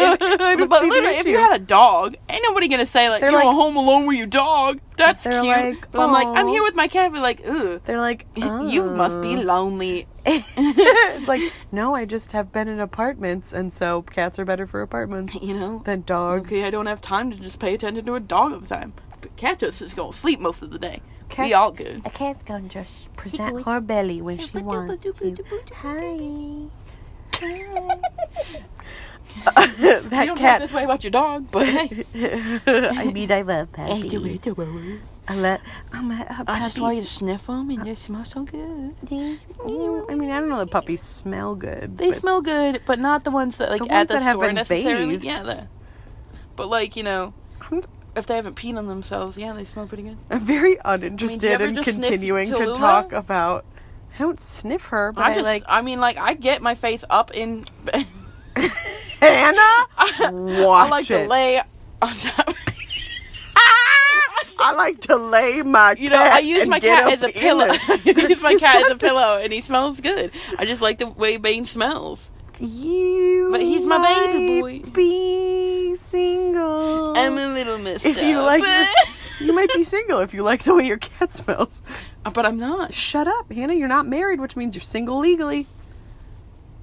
I don't but see the literally, if you issue. had a dog, ain't nobody gonna say like They're you were like- home alone with your dog. That's They're cute. like, but I'm like, I'm "Aw." here with my cat. We're like, ooh, they're like, <laughs> you must be "Oh." <laughs> lonely. it's like, no, I just have been in apartments, and so cats are better for apartments You know, than dogs. okay, I don't have time to just pay attention to a dog all the time. But cat just is gonna sleep most of the day. Cat- We all good. A cat's gonna just <laughs> present her belly when she wants to. Hi. You that don't feel cat. this way about your dog, <laughs> but hey. I mean, I love puppies. I I love. I'm a, a just like to sniff them and they smell so good. I mean, I don't know that puppies smell good. They but smell good, but not the ones that like The at ones the that have store been necessarily. bathed. Yeah, the, but like you know, I'm, if they haven't peed on themselves, yeah, they smell pretty good. I'm very uninterested ever in just sniff continuing to Tallulah? talk about. I don't sniff her, but I, I just, <laughs> like I mean, like I get my face up in. <laughs> I, Hannah. Watch I like it. to lay on top. <laughs> I like to lay my. You know, <laughs> I cat use and my get cat up as a in pillow. it. <laughs> I use my <laughs> It's cat as a disgusting. pillow, and he smells good. I just like the way Bane smells. You But he's my baby might boy. Be single. I'm a little messed if you up. like, <laughs> this, <laughs> you might be single if you like the way your cat smells. Uh, but I'm not Shut up, Hannah. You're not married, which means you're single legally.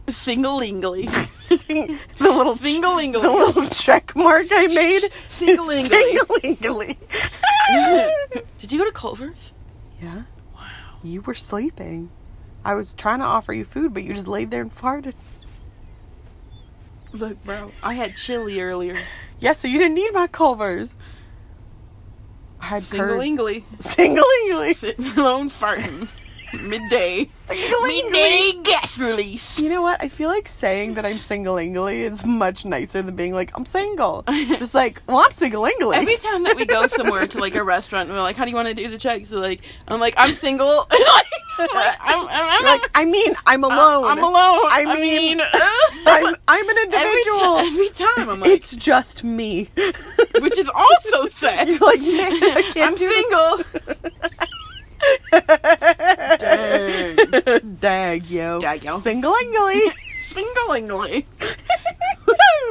single lingly. Sing- the little ch- Single the little check mark I made. Single-ingly. <laughs> Single-ingly. Did you go to Culver's? yeah. Wow. You were sleeping. I was trying to offer you food, but you just laid there and farted. Look, bro, I had chili earlier. Yeah, so you didn't need my Culvers. I had Single curds. lingly, <laughs> Single-ingly. sitting alone farting midday. Single-ingly. Midday gas release. You know what? I feel like saying that I'm single-ingly is much nicer than being like, I'm <laughs> single. just like, well, I'm single-ingly. Every time that we go somewhere <laughs> to like a restaurant, we're like, "How do you want to do the check?" So like, I'm like, "I'm single." <laughs> like, I'm, I'm, I'm, like, I mean, I'm alone. Uh, I'm alone. I I mean- mean, <laughs> <laughs> I'm, I'm an every, individual. ti- every time I'm <laughs> like, it's just me. <laughs> which is also sad. You're like, man, <laughs> I can't <laughs> I'm do this." single. Dag. <laughs> Dag, yo. Dag, yo. Single <laughs> ingly. Singlingly.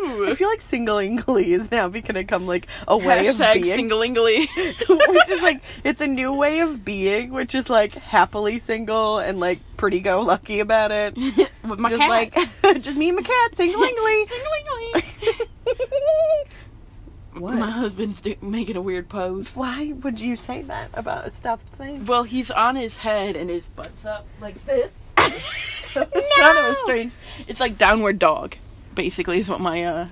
I feel like single ingly is now become like a way Hashtag of being. <laughs> singlingly. which is like, it's a new way of being, which is like happily single and like pretty go lucky about it. With my just cat. like, <laughs> just me and my cat, single <laughs> ingly. <laughs> Singlingly. what? My husband's do- making a weird pose. Why would you say that about a stuffed thing? Well, he's on his head and his butt's up like this. it's kind of a strange. It's like downward dog, basically, is what my uh,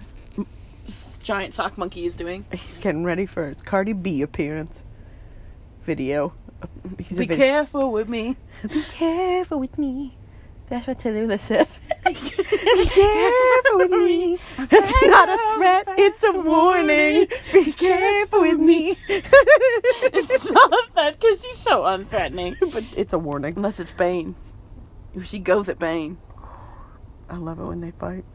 s- giant sock monkey is doing. He's getting ready for his Cardi B appearance video. He's Be a vid- careful with me. <laughs> Be careful with me. That's what Tallulah <laughs> says. Be careful with me. It's not a threat, it's a warning. Be careful with me. It's not that because she's so unthreatening. <laughs> but it's a warning. Unless it's Bane. She goes at Bane. I love it when they fight.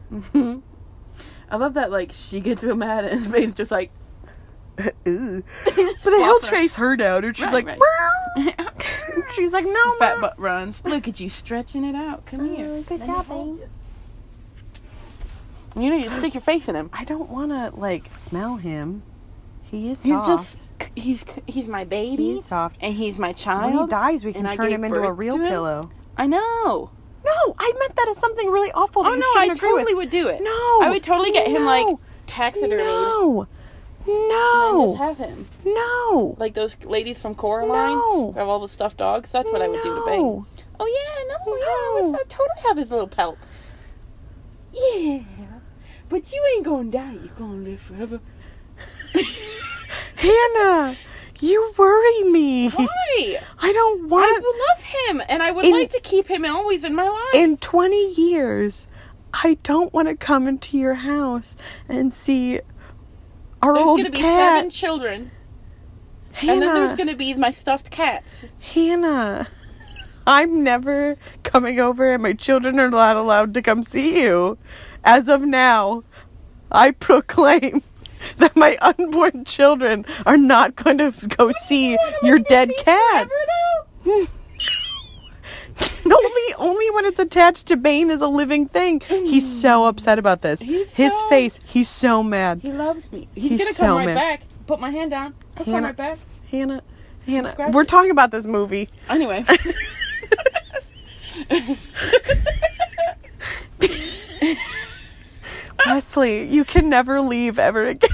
I love that, like, she gets real mad and <laughs> Bane's just like, <laughs> Ooh. But he'll <laughs> flops her. chase her down, and she's Right, like, right. "Meow." <laughs> she's like, no, Fat Mom." butt runs. Look at you stretching it out. Come here. Good job, Bane. You need to stick your face in him. I don't want to like smell him. He is He's soft. just he's he's my baby. He's soft. and he's my when he child. dies, we and can I turn gave him into a birth real to him. pillow. I know. No, I meant that as something really awful. That Oh you no, I shouldn't agree totally with. would do it. No, I would totally get him like no, taxidermy. No, and then No. just have him. No. Like those ladies from Coraline No. who have all the stuffed dogs. That's what I would do to No. Bang. Oh yeah, no, yeah, No. let's not totally have his little pelt. Yeah, but you ain't gonna die. You're gonna live forever. <laughs> Hannah, you worry me. Why? I don't I want. would love him, and I would In- like to keep him always in my life. In 20 years, I don't want to come into your house and see our there's old gonna be cat. seven children, Hannah, and then there's gonna be my stuffed cats. Hannah, I'm never coming over, and my children are not allowed to come see you. As of now, I proclaim <laughs> that my unborn children are not going to go see your dead cats. <laughs> only only when it's attached to Bane as a living thing. He's so upset about this. Mm. He's His so- face, he's so mad. He loves me. He's, He's gonna come so right mad. back. Put my hand down. He'll come Hannah. right back. Hannah, Hannah, Scratch we're it. talking about this movie. Anyway. Wesley, you can never leave ever again.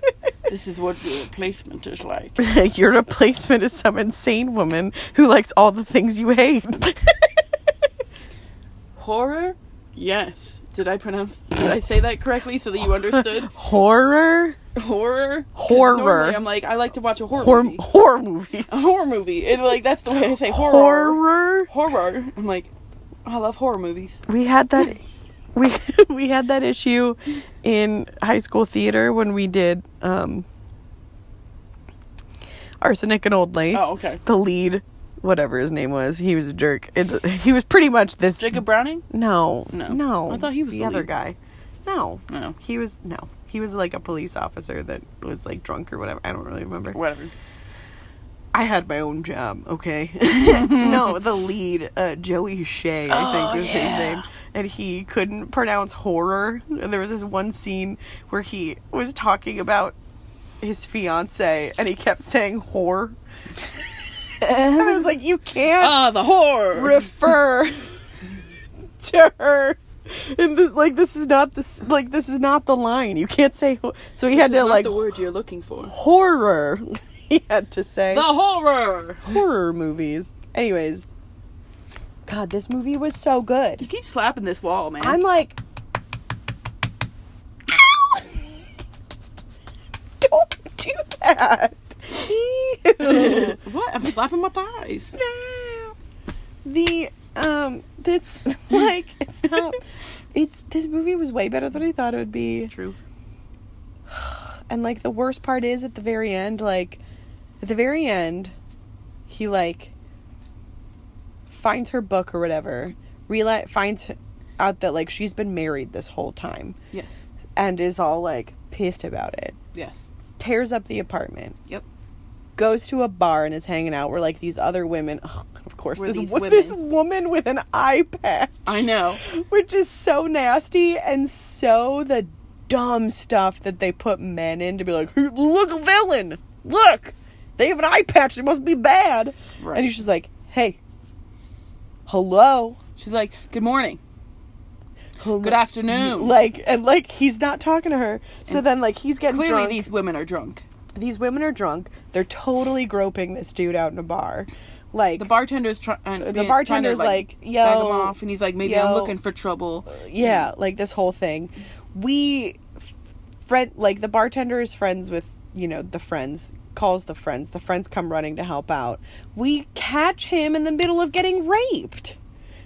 <laughs> this is what the replacement is like. Your replacement is some insane woman who likes all the things you hate. Horror? Yes. Did I pronounce? Did I say that correctly so that you <laughs> understood? horror, Horror. 'Cause Horror. normally I'm like, I like to watch a horror horror, movie. horror movies. A horror movie. And like that's the way I say horror. horror. Horror. I'm like, I love horror movies. We had that. We <laughs> we had that issue in high school theater when we did um, Arsenic and Old Lace. Oh, okay. The lead, whatever his name was, he was a jerk. It, he was pretty much this Jacob Browning. No, No. no, I thought he was the, the other lead. Oh. guy. No, No. he was no, he was like a police officer that was like drunk or whatever. I don't really remember. Whatever. I had my own job, okay? <laughs> no, the lead, uh, Joey Shea, I Mm-hmm. Oh, think was yeah. his name. And he couldn't pronounce horror. And there was this one scene where he was talking about his fiance and he kept saying whore. <laughs> and I was like, you can't Ah, the horror. refer <laughs> to her. And this, like, this is not this, like, this is not the line. You can't say. wh- So he This had is to not like the word you're looking for. horror. <laughs> he had to say The horror. horror movies. Anyways, God, this movie was so You good. keep slapping this wall, man. I'm like, <laughs> "Ow!" don't do that. <laughs> Ew. <laughs> what? I'm slapping my thighs. No. The um, that's <laughs> like it's not. It's this movie was way better than I thought it would be. True. And like the worst part is at the very end, like at the very end, he like finds her book or whatever, realize finds out that like she's been married this whole time Yes. and is all like pissed about it. Yes. Tears up the apartment. Yep. Goes to a bar and is hanging out where like these other women. <laughs> Oh, of course, Were this these wo- <laughs> this women? woman with an iPad I know. which is so nasty and so the dumb stuff that they put men in to be like, "Hey, look, a villain, look, they have an eye patch, it must be bad. Right. And he's just like, hey, hello, She's like, "Good morning. hello. Good afternoon." Like, and like, he's not talking to her. So then, like, he's getting Clearly, drunk. these women are drunk. These women are drunk. They're totally groping this dude out in a bar. Like, The bartender's try- and The trying. to, bartender's like, "Yo, bag him off," and he's like, "Maybe I'm yo." looking for trouble." yeah, Mm-hmm. like this whole thing. We f- friend like the bartender is friends with, you know, the friends, calls the friends. The friends come running to help out. We catch him in the middle of getting raped.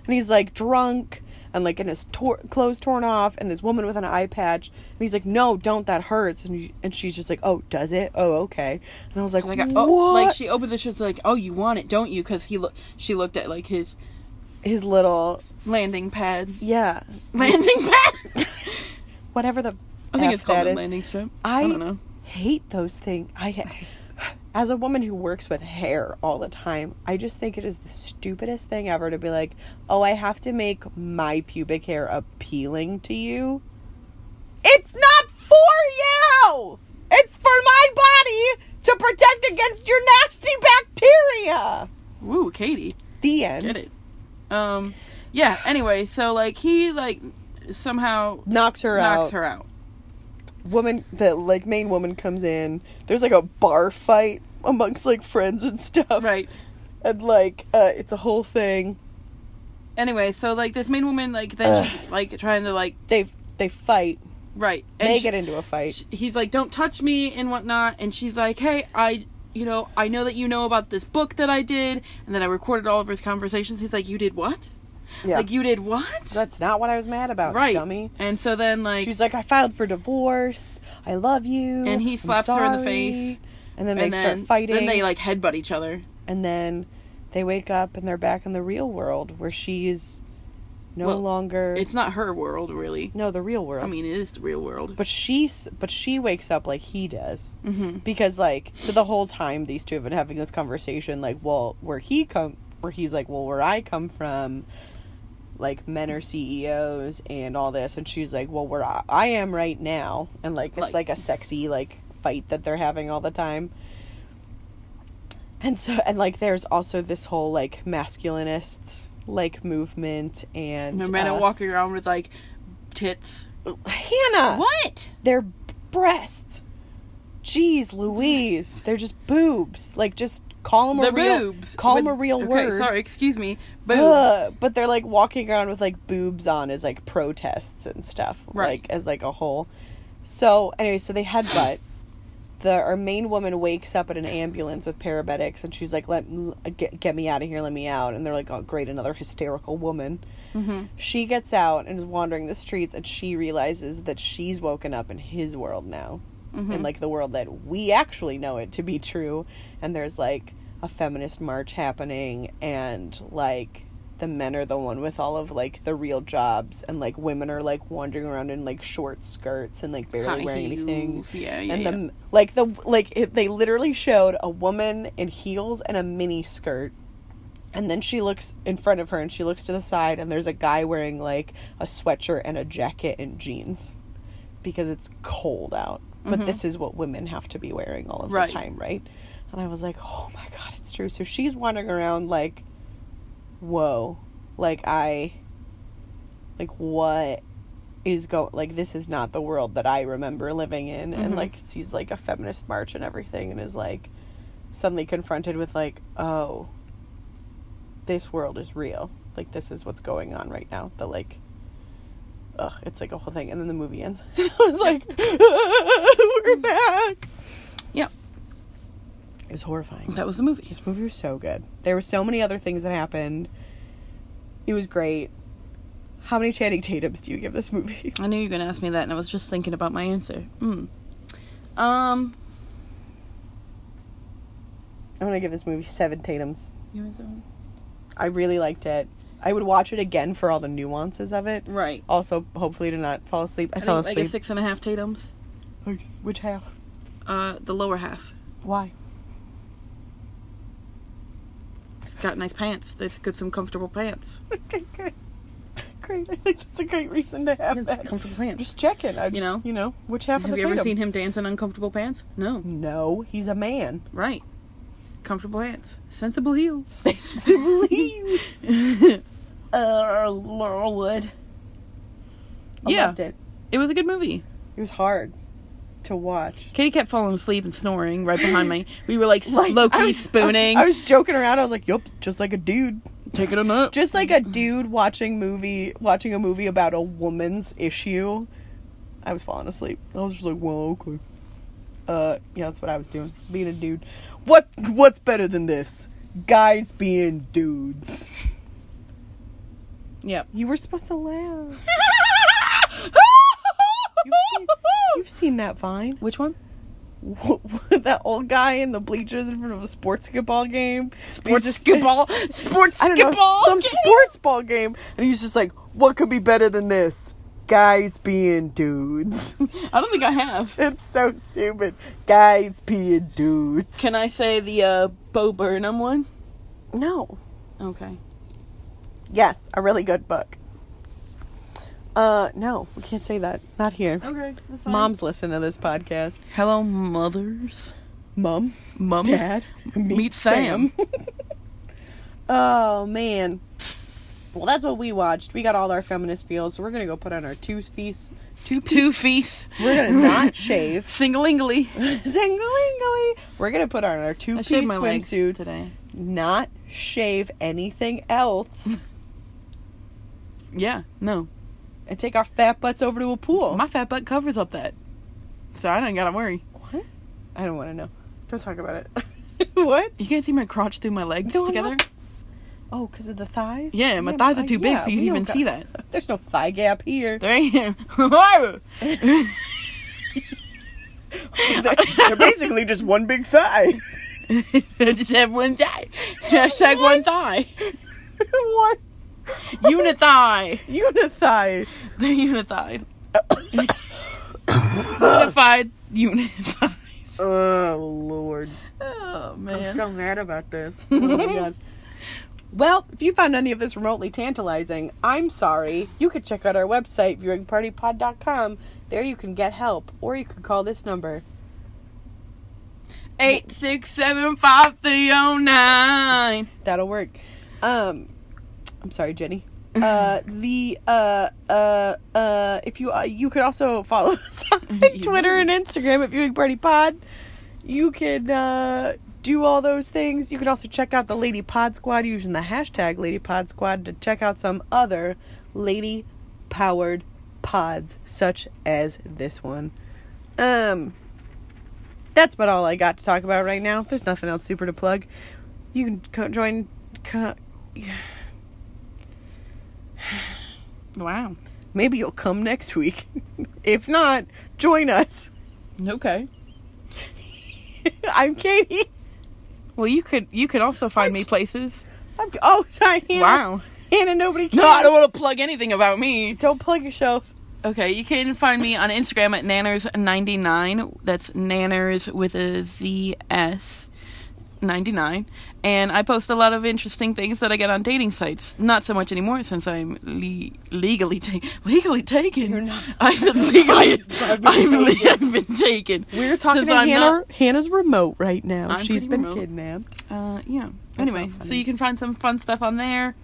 And he's like drunk and like in his tor- clothes torn off and this woman with an eye patch and he's like no don't that hurts and, he- and she's just like oh does it oh okay and i was like, Like, I, what? oh, like she opened the shirts like, "Oh, you want it, don't you?" Because he look, she looked at like his his little landing pad, <laughs> yeah landing pad. <laughs> whatever the I think F it's called that a is. landing strip. I, don't know. hate those things. I ha- as a woman who works with hair all the time, I just think it is the stupidest thing ever to be like, "Oh, I have to make my pubic hair appealing to you." It's not for you. It's for my body to protect against your nasty bacteria. Woo, Katie, The end. get it. Um, yeah. Anyway, so like he like somehow Knocks her knocks out. her out. woman the like main woman comes in there's like a bar fight amongst like friends and stuff Right. and like uh it's a whole thing Anyway, so like this main woman, like then she, like trying to like they they fight right. they she- get into a fight sh- he's like, "Don't touch me" and whatnot. And she's like, "Hey, I, you know, I know that you know about this book that I did, and then I recorded all of his conversations." He's like, "You did what? yeah Like you did what?" that's not what i was mad about right, dummy And so then like, she's like i filed for divorce i love you And he I'm slaps her in the sorry." face. and then they and then start fighting Then they like headbutt each other. and then they wake up and they're back in the real world where she's no Well, longer It's not her world really. no the real world I mean, it is the real world. but she's but she wakes up like he does hmm because like so the whole time these two have been having this conversation like well where he come where he's like well where i come from like men are ceos and all this and she's like well where i, I am right now and like it's Like- like, a sexy like fight that they're having all the time and so and like there's also this whole like masculinist like movement and Miranda uh, walking around with like tits. hannah What? they're breasts. Jeez, Louise, they're just boobs. Like just call them They're a real boobs. call them But- a real okay, word. Sorry, excuse me. Boobs. Ugh, but they're like walking around with like boobs on as like protests and stuff, Right. like as like a whole. So anyway, so they headbutt. The our main woman wakes up in an ambulance with paramedics, and she's like, "Let l- get, get me out of here, let me out." And they're like, "Oh, great, another hysterical woman." Mm-hmm. She gets out and is wandering the streets, and she realizes that she's woken up in his world now, Mm-hmm. in like the world that we actually know it to be true. And there's like a feminist march happening, and like the men are the one with all of like the real jobs, and like women are like wandering around in like short skirts and like barely High wearing anything. heels. Yeah, yeah, and yeah. the like the like it, they literally showed a woman in heels and a mini skirt and then she looks in front of her and she looks to the side and there's a guy wearing like a sweatshirt and a jacket and jeans because it's cold out. But this is what women have to be wearing all of Right. the time, right? And I was like, "Oh my god, it's true." So she's wandering around like whoa. Like I like what is go like this is not the world that I remember living in and like sees like a feminist march and everything and is like suddenly confronted with like, "Oh, this world is real. Like this is what's going on right now. The like, ugh, it's like a whole thing. And then the movie ends. <laughs> I was like, we're back. Yeah, It was horrifying. that was the movie. This movie was so good. There were so many other things that happened. It was great. How many Channing Tatums do you give this movie? <laughs> I knew you were going to ask me that, and I was just thinking about my answer. Mm. Um, I'm gonna give this movie seven Tatums. you want some? I really liked it. I would watch it again for all the nuances of it. right. Also, hopefully to not fall asleep. I, I fell think like a asleep. six and a half Tatum's. Nice. Which half? Uh, the lower half. Why? It's got nice pants. They've got some comfortable pants. <laughs> Okay, good. Great. I think that's a great reason to <laughs> have It's that. comfortable I'm pants. just checking. I just, You you know? know, you know, which half of Have the you ever Tatum? seen him dance in uncomfortable pants? No. No, he's a <laughs> man. Right. Comfortable pants. Sensible <laughs> heels. Sensibly. <laughs> uh, Laurelwood. I Yeah. loved it. It was a good movie. It was hard to watch. Katie kept falling asleep and snoring right behind me. We were like, <laughs> Like, low I key was- spooning. I, was joking around. I was like, "Yup, just like a dude, taking a nap. just like a dude watching movie, watching a movie about a woman's issue." I was falling asleep. I was just like, "Well, okay." Uh, yeah, that's what I was doing. Being a dude. What What's better than this? Guys being dudes. <laughs> Yep. You were supposed to laugh. <laughs> You've seen, you've seen that vine. Which one? <laughs> that old guy in the bleachers in front of a sports football game. Sports skiball. <laughs> Sports I don't know, skiball. some sports ball game. And he's just like, what could be better than this? Guys being dudes. <laughs> I don't think I have. <laughs> it's so stupid. Guys being dudes. Can I say the uh, Bo Burnham one? No. Okay. Yes, a really good book. Uh, no, we can't say that. Not here. Okay. That's Moms listen to this podcast. Hello, mothers. Mom, Mom. Dad, meet, <laughs> Meet Sam. Sam. oh man, Well, that's what we watched. We got all our feminist feels, so we're gonna go put on our two piece, two piece. Two feasts. We're gonna <laughs> not shave. <laughs> Singlingly. Zingly, we're gonna put on our two I piece shaved my legs swimsuits today. Not shave anything <laughs> else, Yeah, no. and take our fat butts over to a pool. My fat butt covers up that. So I don't gotta worry. What? I don't want to know. Don't talk about it. <laughs> what? You can't see my crotch through my legs No, I'm together? not- Oh, because of the thighs? Yeah, my thighs are I- too big for you we to don't even see that. <laughs> There's no thigh gap here. There I am. Whoa! <laughs> They're, they're basically just one big thigh. <laughs> I just have one thigh. Hashtag one thigh. what? <laughs> Unithigh. <laughs> Unithigh. They're unithied. Unified <laughs> unithighs. <laughs> Oh, Lord. Oh, man. mad about <laughs> this. Oh, my God. Well, if you found any of this remotely tantalizing, I'm sorry. You could check out our website, viewingpartypod.com. There you can get help, or you can call this number. Eight six seven five three oh nine. That'll work. Um, I'm sorry, Jenny. Uh, the uh uh uh if you uh, you could also follow <laughs> us on Twitter and Instagram at Viewing Party Pod. You can uh do all those things. You can also check out the Lady Pod Squad using the hashtag Lady Pod Squad to check out some other lady powered pods such as this one. Um that's about all I got to talk about right now. There's nothing else super to plug. You can co- join. Co- Wow. Maybe you'll come next week. <laughs> if not, join us. <laughs> Okay. I'm Katie. Well, you could you could also find me places. I'm, oh, sorry, Hannah. Wow. Hannah, nobody cares. No, I don't want to plug anything about <laughs> me. Don't plug yourself. Okay, you can find me on Instagram at nanners99. That's nanners with a Z S 99. And I post a lot of interesting things that I get on dating sites. Not so much anymore since I'm le- legally ta- <laughs> legally taken. You're not- <laughs> I've been legally I've <laughs> I've been been, taken. I've been taken. We're talking Since to I'm Hannah. not- Hannah's remote right now. I'm She's pretty been remote. kidnapped. uh, yeah. Anyway, not so funny. you can find some fun stuff on there.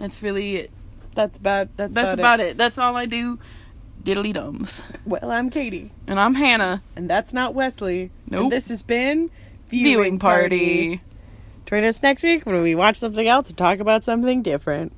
That's really it. That's about. That's, That's about it. That's all I do. Diddly dums. Well, I'm Katie, And I'm Hannah. and that's not Wesley. And Nope. this has been Viewing party. Join us next week when we watch something else and talk about something different.